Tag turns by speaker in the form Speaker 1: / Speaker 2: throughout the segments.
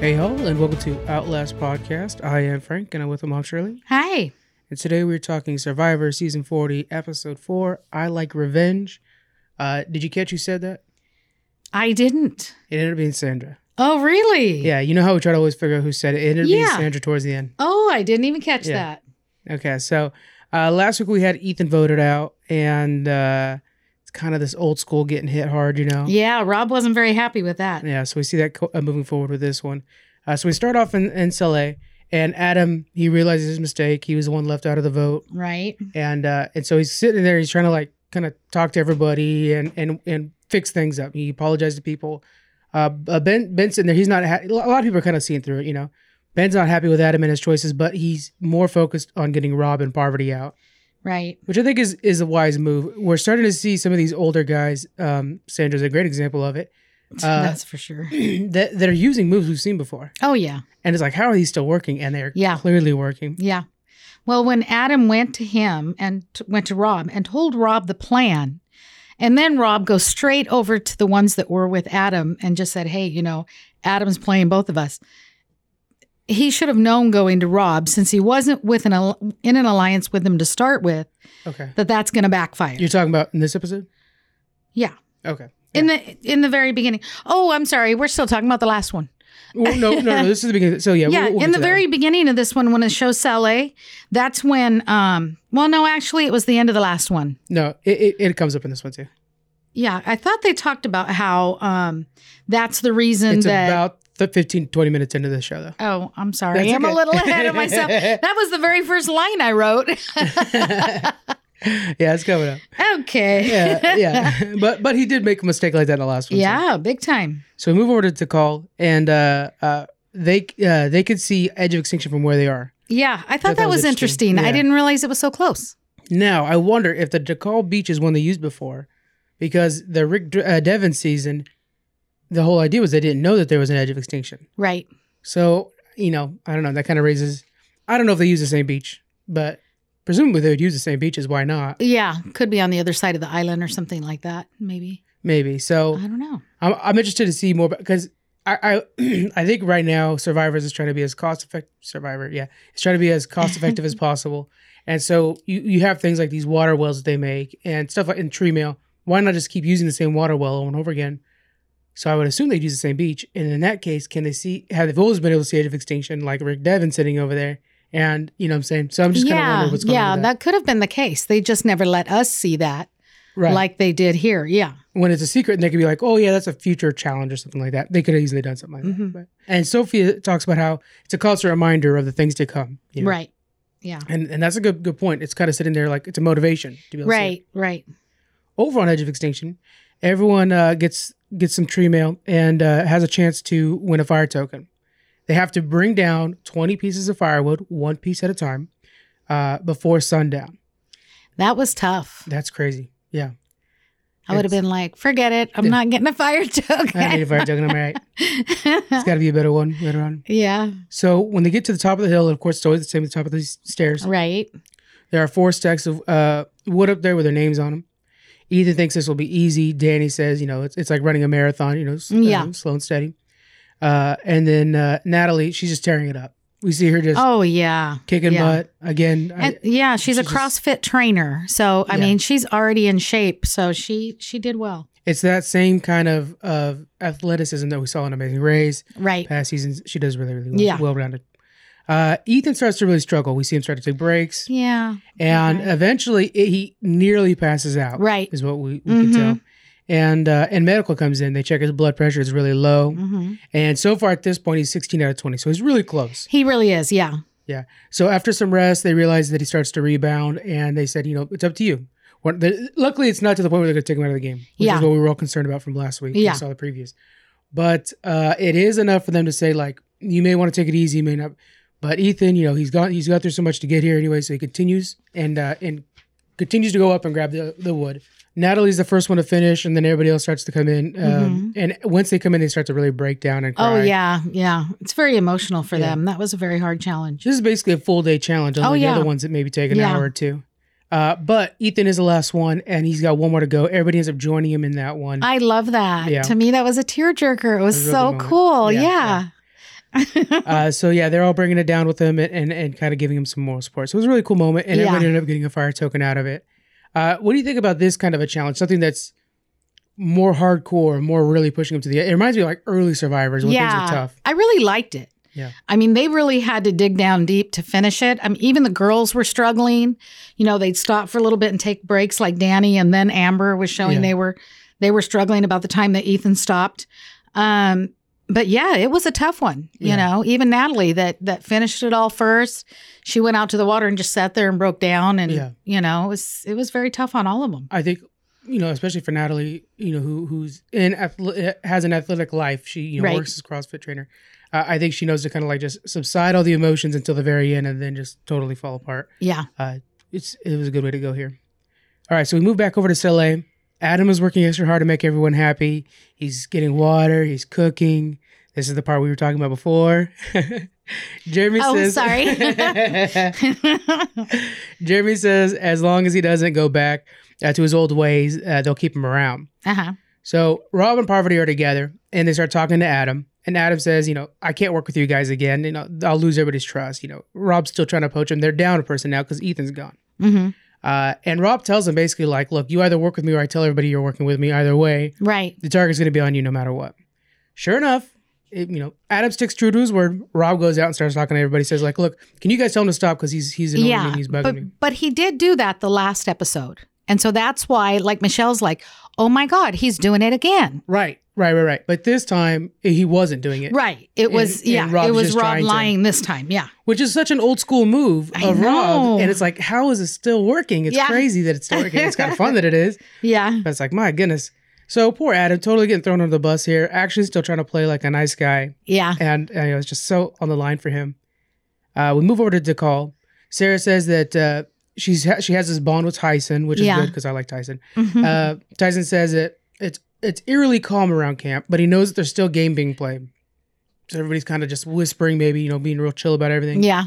Speaker 1: Hey, y'all, and welcome to Outlast Podcast. I am Frank, and I'm with my mom, Shirley.
Speaker 2: Hi.
Speaker 1: And today we're talking Survivor Season 40, Episode 4, I Like Revenge. Uh, did you catch who said that?
Speaker 2: I didn't.
Speaker 1: It ended up being Sandra.
Speaker 2: Oh, really?
Speaker 1: Yeah, you know how we try to always figure out who said it? It ended up being
Speaker 2: Yeah.
Speaker 1: Sandra towards the end.
Speaker 2: Oh, I didn't even catch
Speaker 1: Yeah.
Speaker 2: that.
Speaker 1: Okay, so uh, last week we had Ethan voted out, and uh, it's kind of this old school getting hit hard, you know?
Speaker 2: Yeah, Rob wasn't very happy with that.
Speaker 1: Yeah, so we see that co- uh, moving forward with this one. Uh, so we start off in, in Saleh, and Adam, he realizes his mistake. He was the one left out of the vote.
Speaker 2: Right?
Speaker 1: and uh, and so he's sitting there. He's trying to like kind of talk to everybody and and and fix things up. He apologized to people. Uh, uh, Ben Ben's sitting there. He's not. Ha- a lot of people are kind of seeing through it, you know. Ben's not happy with Adam and his choices, but he's more focused on getting Rob and Parvati out,
Speaker 2: Right.
Speaker 1: which I think is is a wise move. We're starting to see some of these older guys. Um, Sandra's a great example of it. Uh,
Speaker 2: That's for sure.
Speaker 1: that that are using moves we've seen before,
Speaker 2: Oh, yeah.
Speaker 1: and it's like, how are these still working? And they're
Speaker 2: Yeah.
Speaker 1: clearly working.
Speaker 2: Yeah. Well, when Adam went to him and t- went to Rob and told Rob the plan, and then Rob goes straight over to the ones that were with Adam and just said, Hey, you know, Adam's playing both of us. He should have known going to Rob since he wasn't with an al- in an alliance with him to start with
Speaker 1: Okay,
Speaker 2: that that's going to backfire.
Speaker 1: you're talking about in this episode.
Speaker 2: Yeah.
Speaker 1: Okay.
Speaker 2: in the in the very beginning. Oh, I'm sorry. We're still talking about the last one.
Speaker 1: Well, no, no, no, this is the beginning. So yeah,
Speaker 2: Yeah,
Speaker 1: we'll- we'll get
Speaker 2: in the
Speaker 1: to that
Speaker 2: very beginning of this one, when it shows Saleh, that's when. Um, well, no, actually, it was the end of the last one.
Speaker 1: one. No, it, it, it comes up in this one too.
Speaker 2: Yeah, I thought they talked about how um, that's the reason
Speaker 1: It's
Speaker 2: that.
Speaker 1: about the 15, 20 minutes into the show though.
Speaker 2: oh, I'm sorry.
Speaker 1: That's
Speaker 2: I'm
Speaker 1: okay.
Speaker 2: a little ahead of myself. that was the very first line I wrote.
Speaker 1: Yeah, it's coming up.
Speaker 2: okay.
Speaker 1: Yeah, yeah. but but he did make a mistake like that in the last one. so-
Speaker 2: Yeah, big time.
Speaker 1: So, we move over to Tikal, and uh, uh, they uh, they could see Edge of Extinction from where they are.
Speaker 2: Yeah, I thought that, was interesting.
Speaker 1: Yeah.
Speaker 2: I didn't realize it was so close.
Speaker 1: Now I wonder if the Tikal Beach is one they used before, because the Rick Dr- uh, Devon season, the whole idea was they didn't know that there was an Edge of Extinction.
Speaker 2: Right.
Speaker 1: So, you know, I don't know. That kind of raises, I don't know if they use the same beach, but presumably they would use the same beaches. Why not?
Speaker 2: Yeah, could be on the other side of the island or something like that. Maybe.
Speaker 1: Maybe. So
Speaker 2: I don't know.
Speaker 1: I'm, I'm interested to see more because I, I, I think right now Survivors is trying to be as cost effective, Survivor, yeah, it's trying to be as cost effective as possible. And so you, you have things like these water wells that they make and stuff like in tree meal. Why not just keep using the same water well over and over again? So I would assume they'd use the same beach. And in that case, can they see, have they've always been able to see Age of Extinction, like Rick Devon sitting over there? And you know what I'm saying? So I'm just kind of
Speaker 2: yeah,
Speaker 1: wondering what's going
Speaker 2: yeah,
Speaker 1: on. with
Speaker 2: that. could have been the case. They just never let us see that
Speaker 1: right.
Speaker 2: like they did here. Yeah,
Speaker 1: when it's a secret and they could be like, oh yeah, that's a future challenge or something like that. They could have easily done something like that.
Speaker 2: Mhm.
Speaker 1: But, and Sophia talks about how it's a constant reminder of the things to come. you know?
Speaker 2: right. Yeah,
Speaker 1: And and that's a good good point. It's kind of sitting there like it's a motivation to be able to see it.
Speaker 2: right, right.
Speaker 1: Over on Edge of Extinction, everyone uh, gets gets some tree mail and uh, has a chance to win a fire token. They have to bring down twenty pieces of firewood, one piece at a time, uh, before sundown.
Speaker 2: That was tough.
Speaker 1: That's crazy. Yeah,
Speaker 2: I would have
Speaker 1: It's-
Speaker 2: been like, forget it. I'm not getting a fire
Speaker 1: I need a
Speaker 2: token.
Speaker 1: fire token. I'm all right. It's got to be a better one later on.
Speaker 2: yeah,
Speaker 1: So when they get to the top of the hill, and of course, it's always the same at the top of these stairs.
Speaker 2: right.
Speaker 1: There are four stacks of uh, wood up there with their names on them. Ethan thinks this will be easy. Danny says, you know, it's, it's like running a marathon, you know, s- uh,
Speaker 2: Yeah.
Speaker 1: slow and steady. Uh, and then uh, Natalie, she's just tearing it up. We see her just
Speaker 2: Oh yeah,
Speaker 1: kicking
Speaker 2: yeah.
Speaker 1: butt again. I-
Speaker 2: and yeah, she's a
Speaker 1: she's just-
Speaker 2: CrossFit trainer, so I
Speaker 1: Yeah.
Speaker 2: mean, she's already in shape. So she she did well.
Speaker 1: it's that same kind of, of athleticism that we saw in Amazing Race.
Speaker 2: Right.
Speaker 1: Past seasons, she does really, really well,
Speaker 2: Yeah.
Speaker 1: well-rounded. Uh, Ethan starts to really struggle. We see him start to take breaks.
Speaker 2: Yeah.
Speaker 1: and
Speaker 2: Okay.
Speaker 1: eventually it, he nearly passes out.
Speaker 2: Right.
Speaker 1: is what we, we can
Speaker 2: Mhm.
Speaker 1: tell. And uh, and medical comes in. They check his blood pressure; it's really low.
Speaker 2: Mhm.
Speaker 1: And so far at this point, he's 16 out of 20, so he's really close.
Speaker 2: He really is. Yeah.
Speaker 1: So after some rest, they realize that he starts to rebound, and they said, you know, it's up to you. One- the- luckily, it's not to the point where they're going to take him out of the game, which
Speaker 2: Yeah.
Speaker 1: is what we were all concerned about from last week.
Speaker 2: Yeah.
Speaker 1: we saw the previews, but uh, it is enough for them to say like, you may want to take it easy, you may not. But Ethan, you know, he's got he's got through so much to get here anyway, so he continues and uh, and continues to go up and grab the the wood. Natalie's the first one to finish, and then everybody else starts to come in. Um, And once they come in, they start to really break down and
Speaker 2: Mm-hmm. Oh
Speaker 1: cry.
Speaker 2: yeah, yeah. It's very emotional for
Speaker 1: Yeah.
Speaker 2: them. That was a very hard challenge.
Speaker 1: This is basically a full day challenge. Unlike
Speaker 2: Oh, yeah.
Speaker 1: the other ones that maybe take an
Speaker 2: Yeah.
Speaker 1: hour or two. Uh, but Ethan is the last one, and he's got one more to go. Everybody ends up joining him in that one.
Speaker 2: I love that.
Speaker 1: Yeah.
Speaker 2: To me, that was a tearjerker. It
Speaker 1: That was a
Speaker 2: was,
Speaker 1: good
Speaker 2: so
Speaker 1: moment.
Speaker 2: cool.
Speaker 1: Yeah,
Speaker 2: Yeah.
Speaker 1: yeah. uh, so yeah, they're all bringing it down with him and, and, and kind of giving him some moral support. So it was a really cool moment, and
Speaker 2: Yeah.
Speaker 1: everyone ended up getting a fire token out of it. Uh, what do you think about this kind of a challenge? Something that's more hardcore, more really pushing them to the. It reminds me of like early survivors when
Speaker 2: Yeah.
Speaker 1: things were tough.
Speaker 2: I really liked it.
Speaker 1: Yeah.
Speaker 2: I mean, they really had to dig down deep to finish it. I mean, even the girls were struggling. You know, they'd stop for a little bit and take breaks like Danny and then Amber was showing
Speaker 1: Yeah.
Speaker 2: they were they were struggling about the time that Ethan stopped. Um but yeah, it was a tough one, you
Speaker 1: Yeah.
Speaker 2: know. Even Natalie that that finished it all first, she went out to the water and just sat there and broke down and
Speaker 1: Yeah.
Speaker 2: you know, it was it was very tough on all of them.
Speaker 1: I think you know, especially for Natalie, you know, who who's in athle- has an athletic life. She you know
Speaker 2: Right.
Speaker 1: works as a CrossFit trainer. Uh, I think she knows to kind of like just subside all the emotions until the very end, and then just totally fall apart.
Speaker 2: Yeah.
Speaker 1: it's it was a good way to go here. All right, so we move back over to Soleil. Adam is working extra hard to make everyone happy. He's getting water. He's cooking. This is the part we were talking about before. Jeremy
Speaker 2: Oh,
Speaker 1: says,
Speaker 2: sorry.
Speaker 1: Jeremy says, as long as he doesn't go back uh, to his old ways, uh, they'll keep him around.
Speaker 2: uh-huh.
Speaker 1: So Rob and Parvati are together, and they start talking to Adam. And Adam says, "You know, I can't work with you guys again. You know, I'll lose everybody's trust. You know, Rob's still trying to poach him. They're down a person now because Ethan's gone."
Speaker 2: Mhm.
Speaker 1: Uh, and Rob tells him basically like, look, you either work with me or I tell everybody you're working with me. Either way,
Speaker 2: Right.
Speaker 1: the target's going to be on you no matter what. Sure enough, it, you know, Adam sticks true to his word. Rob goes out and starts talking to everybody. Says like, look, can you guys tell him to stop because he's he's annoying me and he's bugging
Speaker 2: but,
Speaker 1: me.
Speaker 2: But he did do that the last episode. And so that's why, like, Michelle's like, oh my God, he's doing it again.
Speaker 1: Right, right, right, right. But this time he wasn't doing it,
Speaker 2: Right. It was,
Speaker 1: And- and
Speaker 2: yeah, it
Speaker 1: Rob's
Speaker 2: was
Speaker 1: just
Speaker 2: Rob
Speaker 1: trying to-
Speaker 2: lying this time. Yeah.
Speaker 1: which is such an old school move
Speaker 2: I
Speaker 1: of
Speaker 2: know.
Speaker 1: Rob. And it's like, how is it still working? It's
Speaker 2: Yeah.
Speaker 1: crazy that it's still working. It's kind of fun that it is.
Speaker 2: Yeah.
Speaker 1: But it's like, my goodness. So poor Adam, totally getting thrown under the bus here. Actually, still trying to play like a nice guy.
Speaker 2: Yeah.
Speaker 1: and uh, it was just so on the line for him. Uh, we move over to DeCall. Sarah says that uh, she's ha- she has this bond with Tyson, which is
Speaker 2: Yeah.
Speaker 1: good because I like Tyson.
Speaker 2: Mhm.
Speaker 1: Uh, Tyson says that it's it's eerily calm around camp, but he knows that there's still game being played. So everybody's kind of just whispering, maybe you know, being real chill about everything.
Speaker 2: yeah.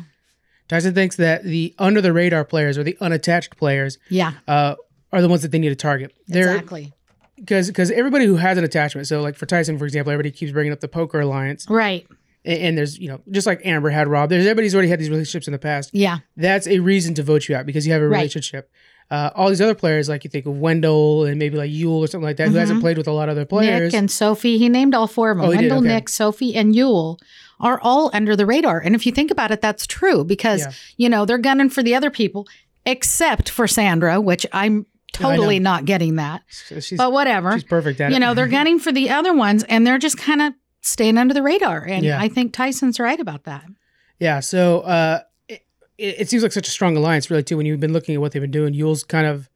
Speaker 1: Tyson thinks that the under the radar players or the unattached players
Speaker 2: Yeah.
Speaker 1: uh, are the ones that they need to target. They're
Speaker 2: Exactly.
Speaker 1: because because everybody who has an attachment. So like for Tyson, for example, everybody keeps bringing up the poker alliance
Speaker 2: Right.
Speaker 1: and, and there's you know just like Amber had Rob. There's everybody's already had these relationships in the past.
Speaker 2: Yeah.
Speaker 1: That's a reason to vote you out because you have a
Speaker 2: Right.
Speaker 1: relationship. Uh, all these other players, like you think of Wendell and maybe like Yule or something like that, who hasn't
Speaker 2: Mhm.
Speaker 1: played with a lot of other players.
Speaker 2: Nick and Sophie, he named all four of them.
Speaker 1: Oh, he did,
Speaker 2: Wendell,
Speaker 1: okay.
Speaker 2: Nick, Sophie, and Yule are all under the radar. And if you think about it, that's true because,
Speaker 1: Yeah.
Speaker 2: you know, they're gunning for the other people except for Sandra, which I'm
Speaker 1: Oh, I know.
Speaker 2: totally not getting that.
Speaker 1: So she's,
Speaker 2: But whatever.
Speaker 1: she's perfect at
Speaker 2: you
Speaker 1: it.
Speaker 2: know they're gunning for the other ones and they're just kind of staying under the radar and
Speaker 1: Yeah.
Speaker 2: i think tyson's right about that
Speaker 1: yeah. So uh, it, it it seems like such a strong alliance, really, too. When you've been looking at what they've been doing, Yule's kind of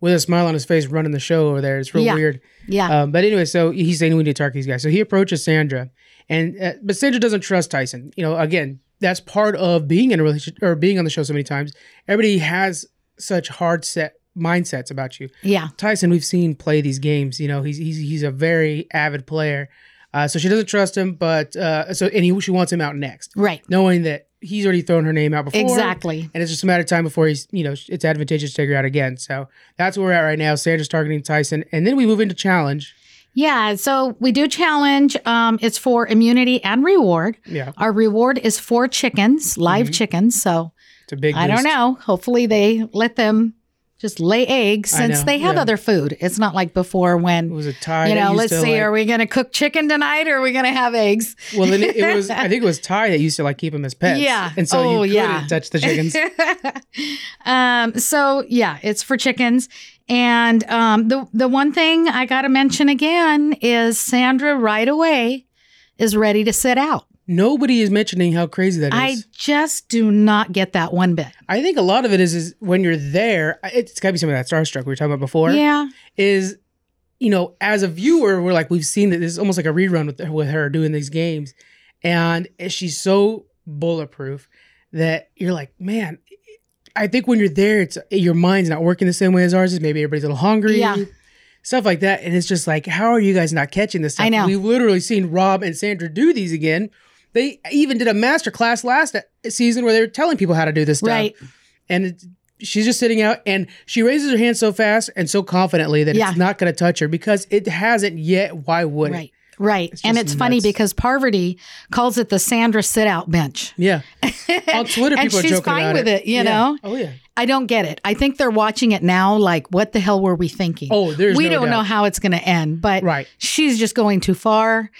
Speaker 1: with a smile on his face running the show over there. It's real
Speaker 2: Yeah.
Speaker 1: weird.
Speaker 2: yeah
Speaker 1: Um, but anyway, so he's saying we need to target these guys. So he approaches Sandra, and uh, but Sandra doesn't trust Tyson. You know, again, that's part of being in a relationship or being on the show so many times. Everybody has such hard set mindsets about you.
Speaker 2: yeah
Speaker 1: Tyson, we've seen play these games. You know, he's he's he's a very avid player. Uh, so she doesn't trust him, but uh, so and he, she wants him out next,
Speaker 2: right
Speaker 1: knowing that he's already thrown her name out before.
Speaker 2: exactly
Speaker 1: And it's just a matter of time before he's, you know, it's advantageous to take her out again. So that's where we're at right now. Sandra's targeting Tyson. And then we move into challenge.
Speaker 2: yeah so we do challenge um, it's for immunity and reward
Speaker 1: Yeah.
Speaker 2: our reward is four chickens live
Speaker 1: Mhm.
Speaker 2: chickens so
Speaker 1: It's a big.
Speaker 2: i don't
Speaker 1: boost.
Speaker 2: know hopefully they let them just lay eggs
Speaker 1: I
Speaker 2: since
Speaker 1: know,
Speaker 2: they have
Speaker 1: yeah.
Speaker 2: other food it's not like before when
Speaker 1: It was a tie.
Speaker 2: you
Speaker 1: that
Speaker 2: know
Speaker 1: used
Speaker 2: let's
Speaker 1: to,
Speaker 2: see
Speaker 1: like-
Speaker 2: are we going to cook chicken tonight or are we going to have eggs
Speaker 1: well, then it, it was. I think it was Ty that used to like keep them as pets.
Speaker 2: Yeah.
Speaker 1: And so
Speaker 2: Oh,
Speaker 1: you couldn't
Speaker 2: yeah.
Speaker 1: touch the chickens.
Speaker 2: um, so yeah, it's for chickens. And um, the the one thing I gotta mention again is Sandra right away is ready to sit out.
Speaker 1: Nobody is mentioning how crazy that
Speaker 2: I
Speaker 1: is.
Speaker 2: just do not get that one bit.
Speaker 1: I, think a lot of it is is when you're there. I- It's got to be some of that starstruck we were talking about before.
Speaker 2: yeah,
Speaker 1: Is you know, as a viewer, we're like we've seen that this is almost like a rerun with with her doing these games, and she's so bulletproof that you're like, man. I think when you're there, it's your mind's not working the same way as ours is. Maybe everybody's a little hungry.
Speaker 2: Yeah.
Speaker 1: stuff like that. And it's just like, how are you guys not catching this stuff?
Speaker 2: I know.
Speaker 1: We've literally seen Rob and Sandra do these again. They even did a master class last season where they were telling people how to do this stuff.
Speaker 2: right.
Speaker 1: And it, she's just sitting out and she raises her hand so fast and so confidently that
Speaker 2: Yeah.
Speaker 1: it's not going to touch her because it hasn't yet. Why would it?
Speaker 2: Right. Right.
Speaker 1: It's
Speaker 2: and
Speaker 1: just
Speaker 2: it's funny
Speaker 1: nuts.
Speaker 2: because Parvati calls it the Sandra sit out bench.
Speaker 1: Yeah. On Twitter,
Speaker 2: and
Speaker 1: people are
Speaker 2: she's
Speaker 1: joking
Speaker 2: fine
Speaker 1: about
Speaker 2: with it, you know?
Speaker 1: Oh yeah.
Speaker 2: I don't get it. I think they're watching it now like, what the hell were we thinking?
Speaker 1: Oh, there's.
Speaker 2: we
Speaker 1: no
Speaker 2: don't
Speaker 1: doubt.
Speaker 2: know how it's going to end, but
Speaker 1: Right.
Speaker 2: she's just going too far.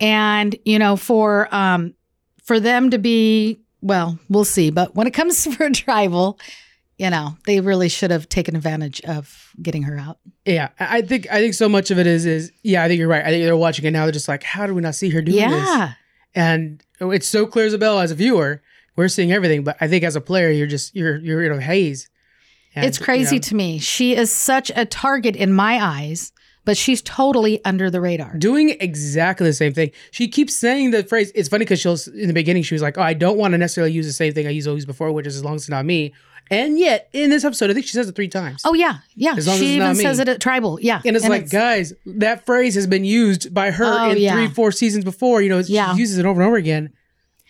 Speaker 2: And, you know, for um for them to be, well, we'll see, but when it comes for tribal, you know, they really should have taken advantage of getting her out.
Speaker 1: Yeah. I I think. I think so much of it is. Is yeah. I think you're right. I think they're watching it now. They're just like, how do we not see her doing this?
Speaker 2: yeah.
Speaker 1: and it's so clear as a bell as a viewer we're seeing everything but i think as a player you're just you're you're in a haze And,
Speaker 2: It's crazy
Speaker 1: you know,
Speaker 2: to me. She is such a target in my eyes, but she's totally under the radar.
Speaker 1: doing exactly the same thing she keeps saying the phrase it's funny because she'll s- in the beginning she was like oh i don't want to necessarily use the same thing i used always before which is as long as it's not me and yet in this episode i think she says it three times
Speaker 2: Oh yeah, yeah.
Speaker 1: As long as
Speaker 2: she
Speaker 1: it's not
Speaker 2: even
Speaker 1: me.
Speaker 2: says it at tribal. Yeah,
Speaker 1: and it's like guys that phrase has been used by her
Speaker 2: Oh,
Speaker 1: in
Speaker 2: yeah.
Speaker 1: three four seasons before you know it's-
Speaker 2: Yeah.
Speaker 1: she uses it over and over again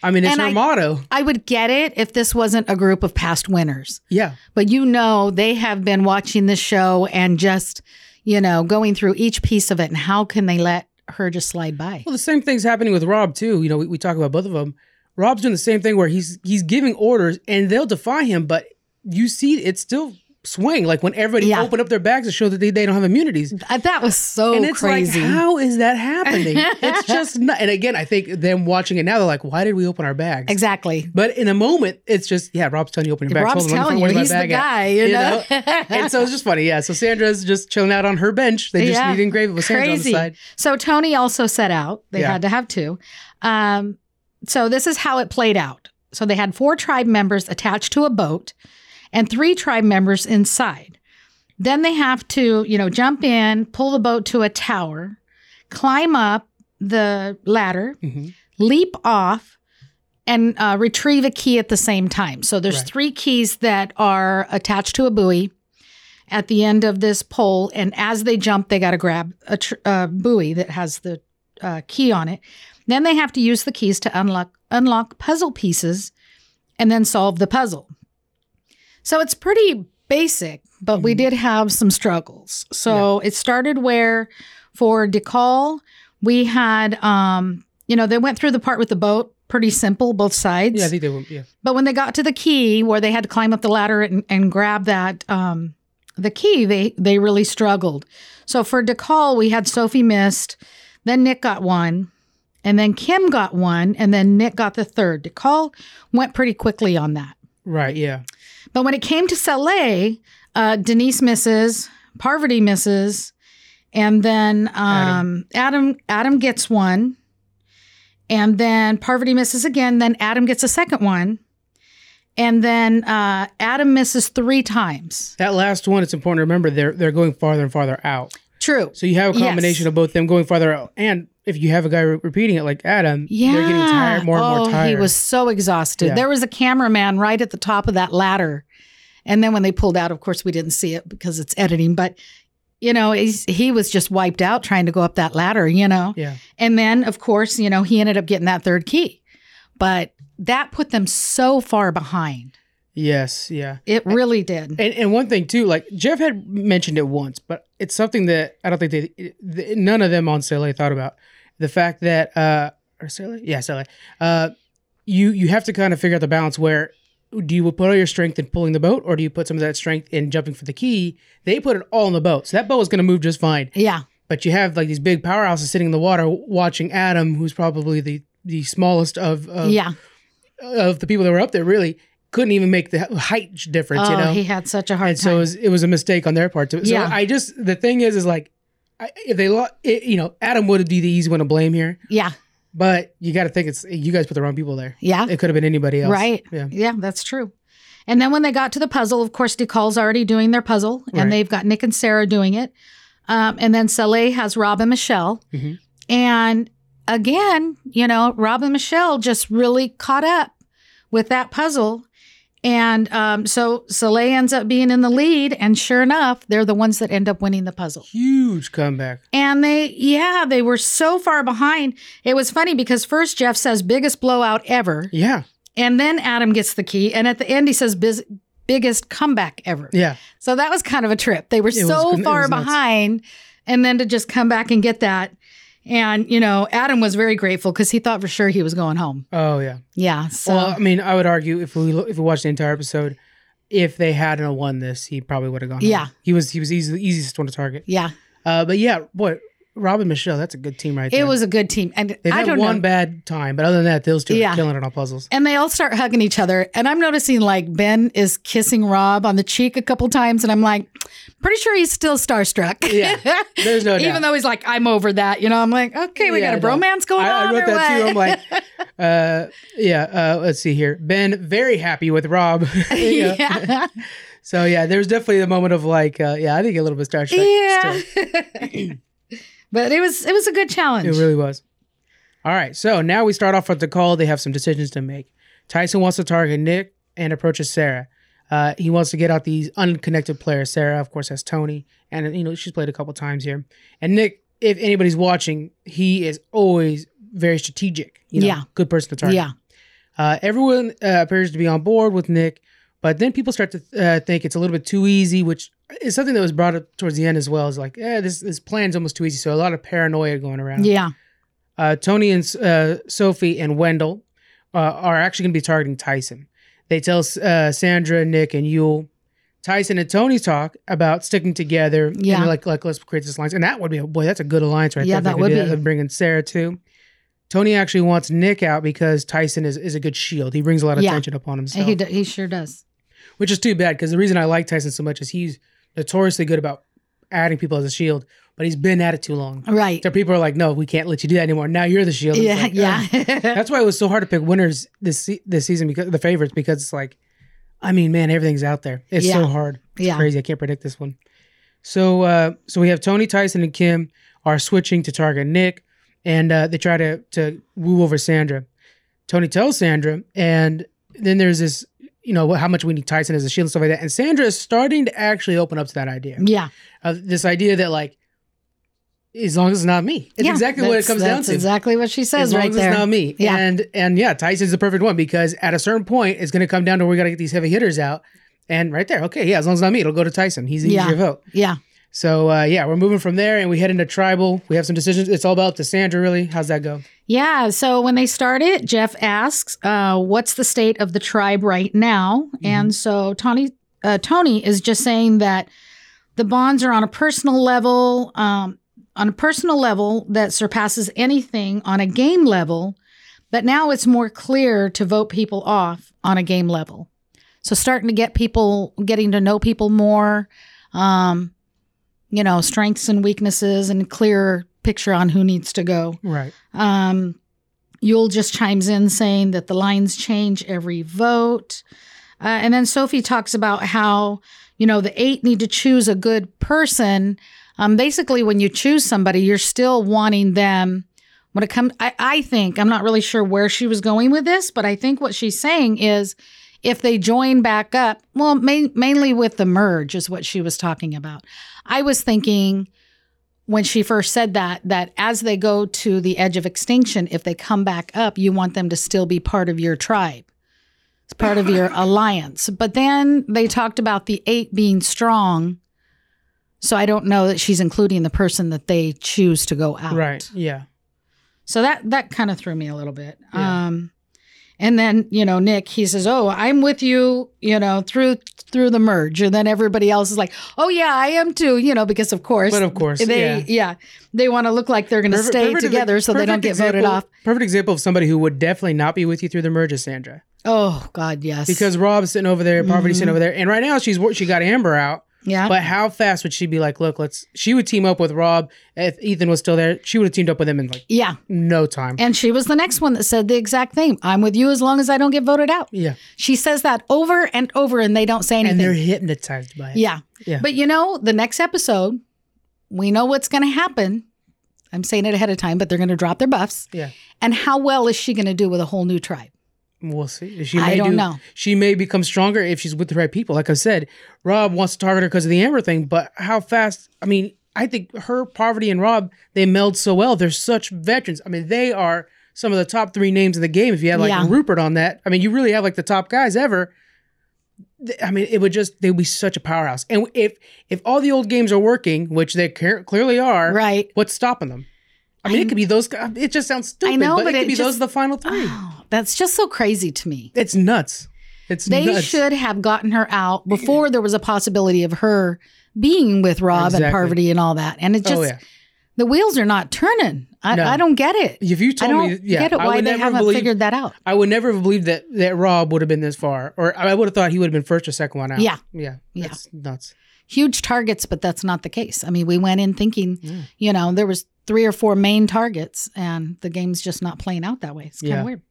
Speaker 1: i mean it's
Speaker 2: And
Speaker 1: her
Speaker 2: I-
Speaker 1: motto
Speaker 2: I would get it if this wasn't a group of past winners,
Speaker 1: yeah
Speaker 2: but you know they have been watching this show and just you know going through each piece of it and how can they let her just slide by?
Speaker 1: Well, the same thing's happening with Rob too. You know, we, we talk about both of them. Rob's doing the same thing where he's he's giving orders and they'll defy him, but you see it's still swing. Like when everybody
Speaker 2: Yeah.
Speaker 1: opened up their bags to show that they, they don't have immunities.
Speaker 2: I- that was so
Speaker 1: and it's
Speaker 2: crazy.
Speaker 1: like, how is that happening? it's just not and again, I think them watching it now, they're like, why did we open our bags?
Speaker 2: exactly.
Speaker 1: But in the moment, it's just, yeah, Rob's telling you open your bags. Hold
Speaker 2: Rob's
Speaker 1: on, let me find
Speaker 2: telling you,
Speaker 1: where's my
Speaker 2: he's the
Speaker 1: bag at.
Speaker 2: guy. You
Speaker 1: You
Speaker 2: know.
Speaker 1: and so it's just funny, yeah. So Sandra's just chilling out on her bench. They just
Speaker 2: Yeah.
Speaker 1: need to engrave it with Sandra on the
Speaker 2: Crazy.
Speaker 1: side.
Speaker 2: So Tony also set out. They
Speaker 1: Yeah.
Speaker 2: had to have two. Um, so this is how it played out. So they had four tribe members attached to a boat and three tribe members inside. Then they have to, you know, jump in, pull the boat to a tower, climb up the ladder,
Speaker 1: Mhm.
Speaker 2: leap off, and uh, retrieve a key at the same time. So there's
Speaker 1: Right.
Speaker 2: three keys that are attached to a buoy at the end of this pole, and as they jump, they got to grab a tr- uh, buoy that has the uh, key on it. Then they have to use the keys to unlock unlock puzzle pieces, and then solve the puzzle. So it's pretty basic, but we
Speaker 1: Mhm.
Speaker 2: did have some struggles. So it started where for Decal, we had um, you know they went through the part with the boat, pretty simple, both sides.
Speaker 1: Yeah, I think they would yeah.
Speaker 2: But when they got to the key where they had to climb up the ladder and, and grab that um, the key, they they really struggled. So for DeCall, we had Sophie missed, then Nick got one, and then Kim got one, and then Nick got the third. DeCall went pretty quickly on that.
Speaker 1: Right, yeah.
Speaker 2: But when it came to Saleh, uh, Denise misses, Parvati misses, and then um, Adam. Adam gets one, and then Parvati misses again. Then Adam gets a second one, and then uh, Adam misses three times.
Speaker 1: That last one, it's important to remember they're they're going farther and farther out.
Speaker 2: True.
Speaker 1: So you have a
Speaker 2: Yes.
Speaker 1: combination of both them going farther out, and if you have a guy re- repeating it like Adam,
Speaker 2: Yeah.
Speaker 1: they're getting tired, more and
Speaker 2: oh,
Speaker 1: more tired.
Speaker 2: he was so exhausted.
Speaker 1: Yeah.
Speaker 2: There was a cameraman right at the top of that ladder. And then when they pulled out, of course, we didn't see it because it's editing, but you know, he's, he was just wiped out trying to go up that ladder, you know?
Speaker 1: yeah,
Speaker 2: And then, of course, you know, he ended up getting that third key. But that put them so far behind.
Speaker 1: yes, yeah.
Speaker 2: It really did.
Speaker 1: And and one thing too, like Jeff had mentioned it once, but it's something that I don't think they it- the- none of them on Sele thought about the fact that uh or Sele yeah Sele uh you you have to kind of figure out the balance where do you put all your strength in pulling the boat or do you put some of that strength in jumping for the key? They put it all in the boat, so that boat was going to move just fine.
Speaker 2: Yeah.
Speaker 1: But you have like these big powerhouses sitting in the water watching Adam, who's probably the the smallest of of,
Speaker 2: yeah.
Speaker 1: of the people that were up there. Really couldn't even make the height difference,
Speaker 2: Oh,
Speaker 1: you know.
Speaker 2: he had such a hard
Speaker 1: and
Speaker 2: time.
Speaker 1: so it was, it was a mistake on their part. To, so
Speaker 2: Yeah.
Speaker 1: I just the thing is is like I, if they lo- it, you know Adam would be the easy one to blame here,
Speaker 2: yeah.
Speaker 1: but you got to think it's you guys put the wrong people there.
Speaker 2: Yeah.
Speaker 1: It could have been anybody else,
Speaker 2: Right.
Speaker 1: Yeah.
Speaker 2: Yeah, that's true. And then when they got to the puzzle, of course, DeCall's already doing their puzzle,
Speaker 1: Right.
Speaker 2: and they've got Nick and Sarah doing it. Um, and then Saleh has Rob and Michelle.
Speaker 1: Mhm.
Speaker 2: And again, you know, Rob and Michelle just really caught up with that puzzle. And um, so Saleh ends up being in the lead. And sure enough, they're the ones that end up winning the puzzle.
Speaker 1: Huge comeback.
Speaker 2: And they, yeah, they were so far behind. It was funny because first Jeff says, biggest blowout ever.
Speaker 1: Yeah,
Speaker 2: And then Adam gets the key. And at the end, he says, Biz- biggest comeback ever.
Speaker 1: yeah,
Speaker 2: So that was kind of a trip. They were
Speaker 1: was
Speaker 2: so
Speaker 1: gr- it
Speaker 2: far
Speaker 1: was nuts.
Speaker 2: behind. And then to just come back and get that. And, you know, Adam was very grateful because he thought for sure he was going home.
Speaker 1: Oh yeah.
Speaker 2: Yeah. So,
Speaker 1: well, I mean, I would argue if we lo- if we watched the entire episode, if they hadn't won this, he probably would have gone. home.
Speaker 2: Yeah.
Speaker 1: He was he was easily easiest one to target.
Speaker 2: yeah,
Speaker 1: Uh, but yeah, boy, Rob and Michelle, that's a good team right there.
Speaker 2: it was a good team. And
Speaker 1: They've
Speaker 2: I
Speaker 1: had
Speaker 2: don't
Speaker 1: one
Speaker 2: know.
Speaker 1: bad time, but other than that, those two
Speaker 2: Yeah.
Speaker 1: are killing it on puzzles.
Speaker 2: and they all start hugging each other. And I'm noticing like Ben is kissing Rob on the cheek a couple times. And I'm like, pretty sure he's still starstruck.
Speaker 1: Yeah, there's no doubt.
Speaker 2: Even though he's like, I'm over that. You know, I'm like, okay, we
Speaker 1: Yeah,
Speaker 2: got a
Speaker 1: I know.
Speaker 2: bromance going
Speaker 1: I,
Speaker 2: on.
Speaker 1: I wrote
Speaker 2: or
Speaker 1: that too. I'm
Speaker 2: what?
Speaker 1: like, uh, yeah. Uh, let's see here. Ben very happy with Rob. You know?
Speaker 2: yeah.
Speaker 1: So yeah, there was definitely the moment of like, uh, yeah, I think a little bit Star Trek.
Speaker 2: yeah.
Speaker 1: still.
Speaker 2: but it was it was a good challenge.
Speaker 1: It really was. All right, so now we start off with the call. They have some decisions to make. Tyson wants to target Nick and approaches Sarah. Uh, he wants to get out these unconnected players. Sarah, of course, has Tony, and you know she's played a couple times here. And Nick, if anybody's watching, he is always very strategic. You know,
Speaker 2: Yeah.
Speaker 1: good person to target.
Speaker 2: Yeah.
Speaker 1: Uh, everyone uh, appears to be on board with Nick, but then people start to uh, think it's a little bit too easy, which is something that was brought up towards the end as well. Is like, eh, this this plan's almost too easy. So a lot of paranoia going around.
Speaker 2: Yeah.
Speaker 1: Uh, Tony and uh, Sophie and Wendell uh, are actually going to be targeting Tyson. They tell uh, Sandra, Nick, and Yule. Tyson and Tony talk about sticking together. and
Speaker 2: Yeah.
Speaker 1: they're like, like let's create this alliance, and that would be a boy. That's a good alliance, right
Speaker 2: Yeah,
Speaker 1: there.
Speaker 2: that would be.
Speaker 1: bringing Sarah too. Tony actually wants Nick out because Tyson is, is a good shield. He brings a lot of
Speaker 2: Yeah.
Speaker 1: attention upon himself,
Speaker 2: He, d- he sure does.
Speaker 1: which is too bad because the reason I like Tyson so much is he's notoriously good about adding people as a shield, but he's been at it too long.
Speaker 2: Right.
Speaker 1: So people are like, no, we can't let you do that anymore. Now you're the shield. And it's
Speaker 2: Yeah.
Speaker 1: like, ugh.
Speaker 2: yeah.
Speaker 1: That's why it was so hard to pick winners this se- this season because the favorites because it's like, I mean, man, everything's out there. It's
Speaker 2: Yeah.
Speaker 1: so hard. It's
Speaker 2: Yeah.
Speaker 1: crazy. I can't predict this one. So uh, so we have Tony Tyson and Kim are switching to target Nick, and uh, they try to to woo over Sandra. Tony tells Sandra, and then there's this, you know, how much we need Tyson as a shield and stuff like that. And Sandra is starting to actually open up to that idea
Speaker 2: yeah.
Speaker 1: of Uh, this idea that like, as long as it's not me, it's
Speaker 2: Yeah.
Speaker 1: exactly what it
Speaker 2: That's-
Speaker 1: comes down
Speaker 2: that's
Speaker 1: to
Speaker 2: Exactly what she says
Speaker 1: as long
Speaker 2: right
Speaker 1: as
Speaker 2: there.
Speaker 1: it's not me.
Speaker 2: Yeah.
Speaker 1: And and yeah, Tyson's the perfect one because at a certain point it's gonna come down to where we gotta get these heavy hitters out. And right there, okay, yeah, as long as it's not me, it'll go to Tyson. He's the
Speaker 2: Yeah.
Speaker 1: easier vote.
Speaker 2: yeah.
Speaker 1: So uh, yeah, we're moving from there and we head into tribal. We have some decisions. It's all about Cassandra, really. How's that go?
Speaker 2: Yeah. So when they start it, Jeff asks, uh, "What's the state of the tribe right now?" And so Tony uh, Tony is just saying that the bonds are on a personal level, um, on a personal level that surpasses anything on a game level. But now it's more clear to vote people off on a game level. So starting to get people getting to know people more. Um, you know, strengths and weaknesses and clearer picture on who needs to go.
Speaker 1: Right.
Speaker 2: Um, Yule just chimes in saying that the lines change every vote. Uh, and then Sophie talks about how, you know, the eight need to choose a good person. Um, basically, when you choose somebody, you're still wanting them. When it comes, I, I think, I'm not really sure where she was going with this, but I think what she's saying is if they join back up, well, ma- mainly with the merge is what she was talking about. I was thinking, when she first said that that as they go to the edge of extinction if they come back up you want them to still be part of your tribe it's part of your alliance but then they talked about the eight being strong so i don't know that she's including the person that they choose to go out
Speaker 1: Right. Yeah.
Speaker 2: so that that kind of threw me a little bit.
Speaker 1: Yeah.
Speaker 2: Um, and then you know Nick, he says, "Oh, I'm with you," you know, through through the merge, and then everybody else is like, "Oh yeah, I am too," you know, because of course,
Speaker 1: But of course,
Speaker 2: they yeah,
Speaker 1: yeah.
Speaker 2: they want to look like they're going to
Speaker 1: Perfect-
Speaker 2: stay
Speaker 1: perfect-
Speaker 2: together so they don't
Speaker 1: perfect
Speaker 2: get voted
Speaker 1: example-
Speaker 2: off.
Speaker 1: Perfect example of somebody who would definitely not be with you through the merge is Sandra.
Speaker 2: Oh God, yes,
Speaker 1: Because Rob's sitting over there, Poverty's
Speaker 2: Mhm.
Speaker 1: sitting over there, and right now she's wor- she got Amber out.
Speaker 2: yeah,
Speaker 1: But how fast would she be like, look, let's she would team up with Rob if Ethan was still there, she would have teamed up with him in like
Speaker 2: yeah,
Speaker 1: no time.
Speaker 2: and she was the next one that said the exact thing. I'm with you as long as I don't get voted out.
Speaker 1: Yeah.
Speaker 2: She says that over and over, and they don't say anything.
Speaker 1: And they're hypnotized by it.
Speaker 2: Yeah.
Speaker 1: Yeah.
Speaker 2: But you know, the next episode, we know what's going to happen. I'm saying it ahead of time, but they're going to drop their buffs.
Speaker 1: Yeah.
Speaker 2: And how well is she going to do with a whole new tribe?
Speaker 1: We'll see. She
Speaker 2: I
Speaker 1: may
Speaker 2: don't
Speaker 1: do-
Speaker 2: know.
Speaker 1: She may become stronger if she's with the right people. Like I said, Rob wants to target her because of the Amber thing, but how fast I mean, I think her poverty and Rob, they meld so well. They're such veterans. I mean, they are some of the top three names in the game. If you had like
Speaker 2: Yeah.
Speaker 1: Rupert on that, I mean, you really have like the top guys ever. Th- I mean, it would just they would be such a powerhouse. And if if all the old games are working, which they car- clearly are,
Speaker 2: Right.
Speaker 1: what's stopping them? I mean, it could be those. It just sounds stupid. I know, but, it could be
Speaker 2: just-
Speaker 1: those are the final three.
Speaker 2: Oh, that's just so crazy to me.
Speaker 1: It's nuts. It's
Speaker 2: They
Speaker 1: nuts.
Speaker 2: should have gotten her out before there was a possibility of her being with Rob
Speaker 1: Exactly.
Speaker 2: and Parvati and all that. And it just
Speaker 1: oh yeah.
Speaker 2: the wheels are not turning. I,
Speaker 1: No.
Speaker 2: I don't get it.
Speaker 1: If you
Speaker 2: I
Speaker 1: told
Speaker 2: don't
Speaker 1: me, yeah,
Speaker 2: get it
Speaker 1: I
Speaker 2: why
Speaker 1: would
Speaker 2: they
Speaker 1: never
Speaker 2: haven't
Speaker 1: believe-
Speaker 2: figured that out.
Speaker 1: I would never have believed that that Rob would have been this far, or I would have thought he would have been first or second one out.
Speaker 2: Yeah.
Speaker 1: yeah,
Speaker 2: Yeah.
Speaker 1: That's nuts.
Speaker 2: Huge targets, but that's not the case. I mean, we went in thinking,
Speaker 1: Yeah.
Speaker 2: you know, there was three or four main targets, and the game's just not playing out that way. It's kind of
Speaker 1: Yeah.
Speaker 2: weird.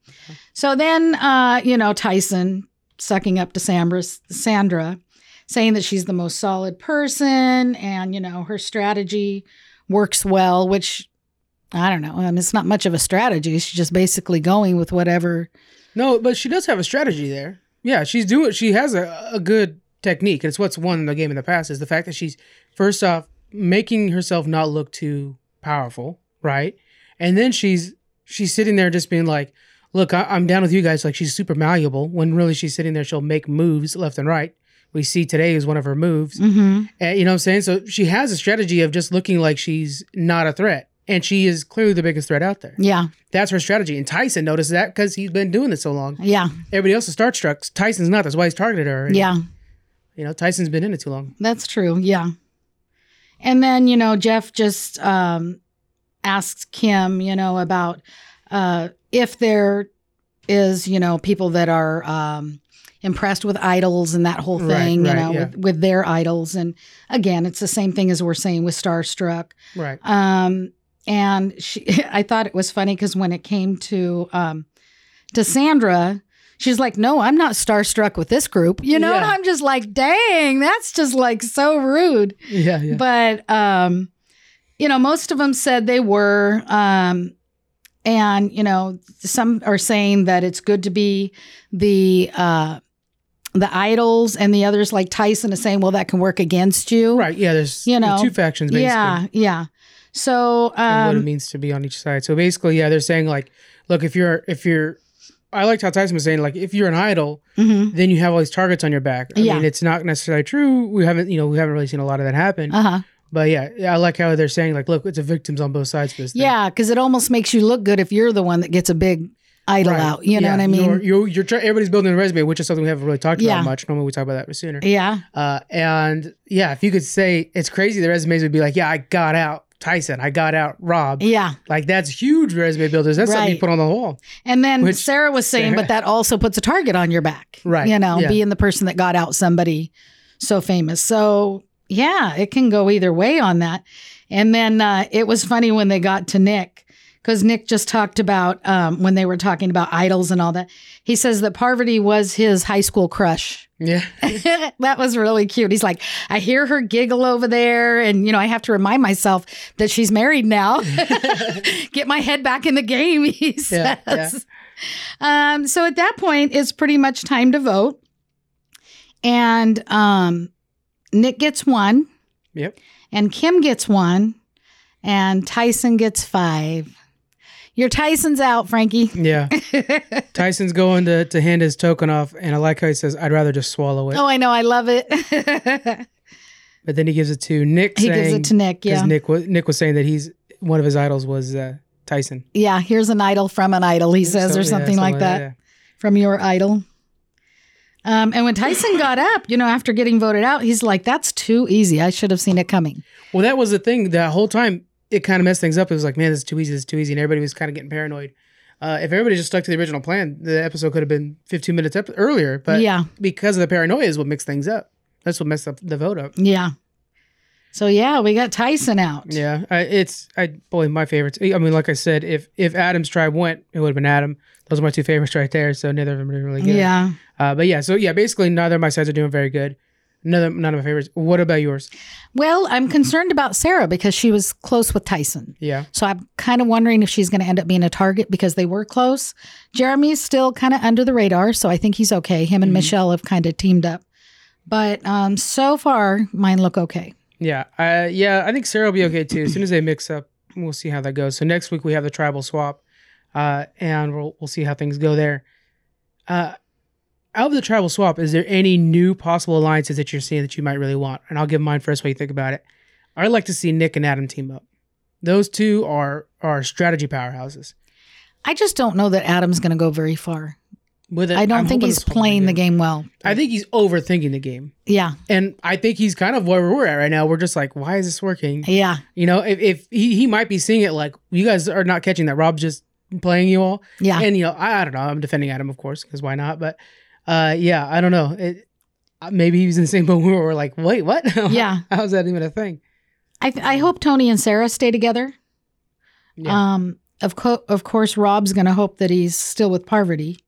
Speaker 2: So then, uh, you know, Tyson sucking up to Sambras, Sandra, saying that she's the most solid person, and you know, her strategy works well, which. I don't know. I mean, it's not much of a strategy. She's just basically going with whatever.
Speaker 1: No, but she does have a strategy there. Yeah, she's doing. She has a, a good technique, and it's what's won the game in the past is the fact that she's first off making herself not look too powerful, right? And then she's she's sitting there just being like, "Look, I, I'm down with you guys." Like she's super malleable when really she's sitting there. She'll make moves left and right. We see today is one of her moves.
Speaker 2: Mm-hmm.
Speaker 1: Uh, you know what I'm saying? So she has a strategy of just looking like she's not a threat. And she is clearly the biggest threat out there.
Speaker 2: Yeah.
Speaker 1: That's her strategy. And Tyson noticed that because he's been doing it so long.
Speaker 2: Yeah.
Speaker 1: Everybody else is starstruck. Tyson's not. That's why he's targeted her. already.
Speaker 2: Yeah.
Speaker 1: You know, Tyson's been in it too long.
Speaker 2: That's true. Yeah. And then, you know, Jeff just um, asks Kim, you know, about uh, if there is, you know, people that are um, impressed with idols and that whole
Speaker 1: Right,
Speaker 2: thing,
Speaker 1: right,
Speaker 2: you know,
Speaker 1: yeah.
Speaker 2: with, with their idols. And again, it's the same thing as we're saying with Starstruck.
Speaker 1: Right.
Speaker 2: Um, and she, I thought it was funny because when it came to um, to Sandra, she's like, "No, I'm not starstruck with this group," you know. And
Speaker 1: Yeah.
Speaker 2: I'm just like, "Dang, that's just like so rude."
Speaker 1: Yeah. Yeah.
Speaker 2: But um, you know, most of them said they were. Um, and you know, some are saying that it's good to be the uh, the idols, and the others, like Tyson, is saying, "Well, that can work against you."
Speaker 1: right. Yeah. There's
Speaker 2: You know,
Speaker 1: two factions basically.
Speaker 2: Yeah, yeah. So,
Speaker 1: and what it
Speaker 2: um,
Speaker 1: means to be on each side. So basically, yeah, they're saying like, look, if you're if you're, I liked how Tyson was saying like, if you're an idol,
Speaker 2: mhm.
Speaker 1: then you have all these targets on your back. I
Speaker 2: Yeah.
Speaker 1: mean, it's not necessarily true. We haven't, you know, we haven't really seen a lot of that happen.
Speaker 2: uh-huh.
Speaker 1: But yeah, yeah, I like how they're saying like, look, it's a victims on both sides. For this thing.
Speaker 2: Yeah, because it almost makes you look good if you're the one that gets a big idol
Speaker 1: Right.
Speaker 2: out. You know
Speaker 1: Yeah,
Speaker 2: what I mean?
Speaker 1: You're, you're, you're try- everybody's building a resume, which is something we haven't really talked
Speaker 2: Yeah.
Speaker 1: about much. Normally we talk about that sooner.
Speaker 2: yeah,
Speaker 1: Uh, and yeah, if you could say it's crazy, the resumes would be like, yeah, I got out Tyson, I got out Rob.
Speaker 2: yeah.
Speaker 1: Like that's huge resume builders. That's something
Speaker 2: Right.
Speaker 1: you put on the wall.
Speaker 2: And then
Speaker 1: Which-
Speaker 2: Sarah was saying, but that also puts a target on your back.
Speaker 1: Right,
Speaker 2: You know,
Speaker 1: yeah.
Speaker 2: being the person that got out somebody so famous. So, yeah, it can go either way on that. And then uh, it was funny when they got to Nick. Because Nick just talked about um, when they were talking about idols and all that. He says that Parvati was his high school crush.
Speaker 1: Yeah,
Speaker 2: that was really cute. He's like, I hear her giggle over there. And, you know, I have to remind myself that she's married now. Get my head back in the game, he
Speaker 1: Yeah,
Speaker 2: says.
Speaker 1: yeah.
Speaker 2: Um, so at that point, it's pretty much time to vote. And um, Nick gets one,
Speaker 1: yep.
Speaker 2: and Kim gets one, and Tyson gets five. Your Tyson's out, Frankie.
Speaker 1: Yeah. Tyson's going to, to hand his token off, and I like how he says, I'd rather just swallow it.
Speaker 2: Oh, I know. I love it.
Speaker 1: But then he gives it to Nick,
Speaker 2: he
Speaker 1: saying,
Speaker 2: gives it to Nick.
Speaker 1: because
Speaker 2: Yeah.
Speaker 1: Nick was Nick was saying that he's one of his idols was uh, Tyson.
Speaker 2: yeah, here's an idol from an idol, he says,
Speaker 1: So-
Speaker 2: or
Speaker 1: yeah,
Speaker 2: something like that,
Speaker 1: yeah.
Speaker 2: from your idol. Um, and when Tyson got up, you know, after getting voted out, he's like, that's too easy. I should have seen it coming.
Speaker 1: Well, that was the thing. The whole time it kind of messed things up. It was like, man, this is too easy. This is too easy, and everybody was kind of getting paranoid. Uh, if everybody just stuck to the original plan, the episode could have been 15 minutes ep- earlier. But
Speaker 2: yeah,
Speaker 1: because of the paranoia is what mixed things up. That's what messed up the vote up.
Speaker 2: yeah. So, yeah, we got Tyson out.
Speaker 1: Yeah, I, it's I boy my favorites. I mean, like I said, if if Adam's tribe went, it would have been Adam. Those are my two favorites right there. So neither of them are really good.
Speaker 2: Yeah.
Speaker 1: Uh, but yeah, so yeah, basically neither of my sides are doing very good. None, none of my favorites. What about yours?
Speaker 2: Well, I'm concerned about Sarah because she was close with Tyson.
Speaker 1: Yeah.
Speaker 2: So I'm kind of wondering if she's going to end up being a target because they were close. Jeremy's still kind of under the radar, so I think he's okay. Him and Michelle have kind of teamed up. But um, so far, mine look okay.
Speaker 1: Yeah, uh, yeah. I think Sarah will be okay too. As soon as they mix up, we'll see how that goes. So next week we have the tribal swap, uh, and we'll we'll see how things go there. Uh, out of the tribal swap, is there any new possible alliances that you're seeing that you might really want? And I'll give mine first. While you think about it, I'd like to see Nick and Adam team up. Those two are are strategy powerhouses.
Speaker 2: I just don't know that Adam's going to go very far.
Speaker 1: With it,
Speaker 2: I don't
Speaker 1: Uh, I'm
Speaker 2: think
Speaker 1: hoping
Speaker 2: he's
Speaker 1: this whole
Speaker 2: playing the game well.
Speaker 1: I think he's overthinking the game,
Speaker 2: Yeah,
Speaker 1: and I think he's kind of where we're at right now. We're just like, why is this working?
Speaker 2: yeah,
Speaker 1: You know, if, if he he might be seeing it like you guys are not catching that Rob's just playing you all,
Speaker 2: yeah.
Speaker 1: and you know, I, I don't know. I'm defending Adam, of course, because why not? But uh, yeah, I don't know. It, uh, maybe he was in the same boat where we're like, wait, what?
Speaker 2: Yeah.
Speaker 1: how's that even a thing?
Speaker 2: I, th- I hope Tony and Sarah stay together.
Speaker 1: Yeah.
Speaker 2: Um, of co- of course, Rob's going to hope that he's still with Parvati,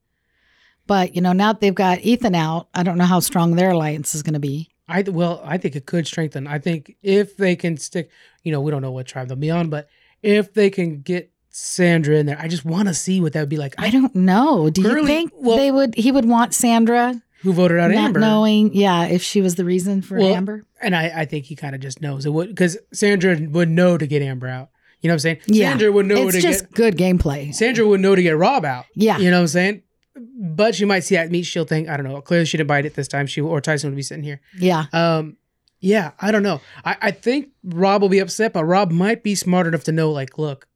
Speaker 2: but you know now that they've got Ethan out, I don't know how strong their alliance is going to be.
Speaker 1: I th- well, I think it could strengthen. I think if they can stick, you know, we don't know what tribe they'll be on, but if they can get Sandra in there, I just want to see what that would be like.
Speaker 2: I don't know. Do you
Speaker 1: Curly-
Speaker 2: think
Speaker 1: well-
Speaker 2: they would? He would want Sandra,
Speaker 1: who voted out
Speaker 2: not
Speaker 1: Amber,
Speaker 2: knowing, yeah, if she was the reason for
Speaker 1: Well,
Speaker 2: Amber.
Speaker 1: and I, I think he kind of just knows it would because Sandra would know to get Amber out. You know what I'm saying?
Speaker 2: Yeah.
Speaker 1: Sandra would know to
Speaker 2: It's just
Speaker 1: get
Speaker 2: good gameplay.
Speaker 1: Sandra would know to get Rob out.
Speaker 2: yeah,
Speaker 1: You know what I'm saying? But she might see that meat shield thing. I don't know. Clearly, she didn't bite it this time. She or Tyson would be sitting here.
Speaker 2: yeah,
Speaker 1: Um, yeah, I don't know. I, I think Rob will be upset, but Rob might be smart enough to know, like, look,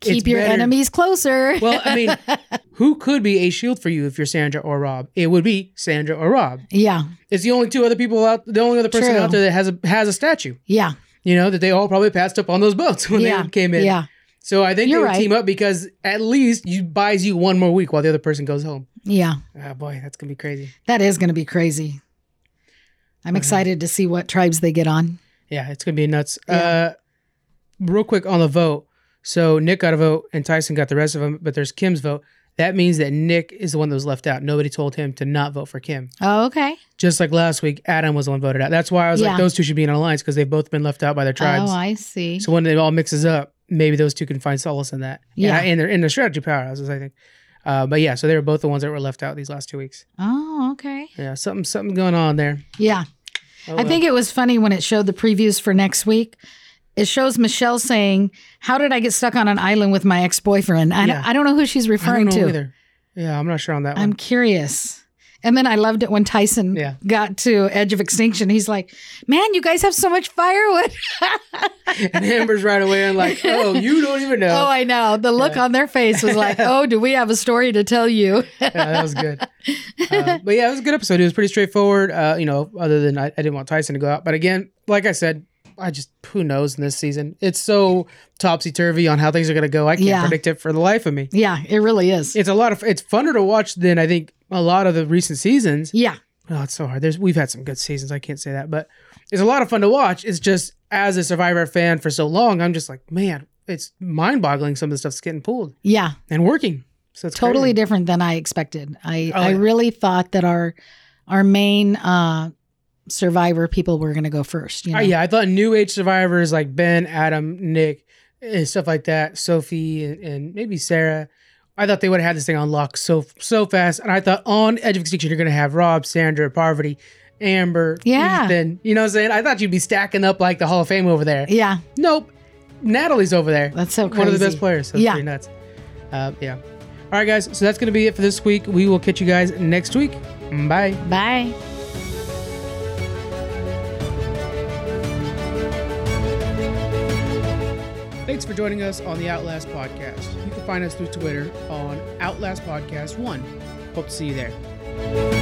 Speaker 2: keep
Speaker 1: It's
Speaker 2: your
Speaker 1: better-
Speaker 2: enemies closer.
Speaker 1: Well, uh, I mean- who could be a shield for you if you're Sandra or Rob? It would be Sandra or Rob.
Speaker 2: yeah,
Speaker 1: It's the only two other people out, the only other person
Speaker 2: True.
Speaker 1: out there that has a has a statue.
Speaker 2: yeah,
Speaker 1: You know that they all probably passed up on those boats when
Speaker 2: Yeah.
Speaker 1: they came in.
Speaker 2: yeah,
Speaker 1: So I think
Speaker 2: You're
Speaker 1: they would
Speaker 2: right.
Speaker 1: team up because at least you buys you one more week while the other person goes home.
Speaker 2: yeah.
Speaker 1: Ah, boy, that's gonna be crazy.
Speaker 2: That is going to be crazy. I'm
Speaker 1: Mhm.
Speaker 2: excited to see what tribes they get on.
Speaker 1: Yeah, it's gonna be nuts.
Speaker 2: Yeah.
Speaker 1: Uh, real quick on the vote. So Nick got a vote, and Tyson got the rest of them. But there's Kim's vote. That means that Nick is the one that was left out. Nobody told him to not vote for Kim.
Speaker 2: Oh, okay.
Speaker 1: Just like last week, Adam was the one voted out. That's why I was
Speaker 2: Yeah.
Speaker 1: like, those two should be in an alliance because they've both been left out by their tribes.
Speaker 2: Oh, I see.
Speaker 1: so when it all mixes up, maybe those two can find solace in that.
Speaker 2: Yeah.
Speaker 1: and, I, and they're in the strategy powerhouses, I think. Uh, but yeah, so they were both the ones that were left out these last two weeks.
Speaker 2: oh, okay.
Speaker 1: Yeah, something something going on there.
Speaker 2: Yeah.
Speaker 1: Oh,
Speaker 2: I
Speaker 1: well.
Speaker 2: think it was funny when it showed the previews for next week. It shows Michelle saying, How did I get stuck on an island with my ex boyfriend? I,
Speaker 1: Yeah.
Speaker 2: I don't know who she's
Speaker 1: I don't
Speaker 2: referring
Speaker 1: know
Speaker 2: to.
Speaker 1: either. Yeah, I'm not sure on that
Speaker 2: I'm
Speaker 1: one.
Speaker 2: curious. And then I loved it when Tyson
Speaker 1: Yeah.
Speaker 2: got to Edge of Extinction. He's like, Man, you guys have so much firewood.
Speaker 1: and Amber's right away and like, oh, you don't even know.
Speaker 2: Oh, I know. The look
Speaker 1: Yeah.
Speaker 2: on their face was like, Oh, do we have a story to tell you?
Speaker 1: yeah, that was good. Uh, but yeah, it was a good episode. It was pretty straightforward. Uh, you know, other than I, I didn't want Tyson to go out. But again, like I said, I just who knows in this season. It's so topsy turvy on how things are going to go. I can't
Speaker 2: Yeah.
Speaker 1: predict it for the life of me.
Speaker 2: yeah, it really is.
Speaker 1: It's a lot of it's funner to watch than I think a lot of the recent seasons.
Speaker 2: yeah.
Speaker 1: Oh, it's so hard. There's we've had some good seasons. I can't say that, but it's a lot of fun to watch. It's just as a Survivor fan for so long, I'm just like, man, it's mind boggling. Some of the stuff's getting pulled
Speaker 2: Yeah.
Speaker 1: and working. So it's
Speaker 2: totally
Speaker 1: crazy.
Speaker 2: different than I expected. I,
Speaker 1: Oh,
Speaker 2: I
Speaker 1: yeah.
Speaker 2: really thought that our our main uh, survivor people were going to go first. You know?
Speaker 1: Uh, yeah, I thought new age survivors like Ben, Adam, Nick, and stuff like that, Sophie, and, and maybe Sarah. I thought they would have had this thing on lock so so fast, and I thought on Edge of Extinction you're gonna have Rob, Sandra, Parvati, Amber,
Speaker 2: Yeah.
Speaker 1: Ethan. You know what I'm saying? I thought you'd be stacking up like the Hall of Fame over there.
Speaker 2: Yeah,
Speaker 1: Nope, Natalie's over there.
Speaker 2: that's so Oh, crazy.
Speaker 1: One of the best players. So it's
Speaker 2: Yeah.
Speaker 1: pretty nuts. Uh, yeah. All right, guys. So that's gonna be it for this week. We will catch you guys next week. Bye.
Speaker 2: Bye.
Speaker 1: Thanks for joining us on the Outlast Podcast. You can find us through Twitter on Outlast Podcast 1. Hope to see you there.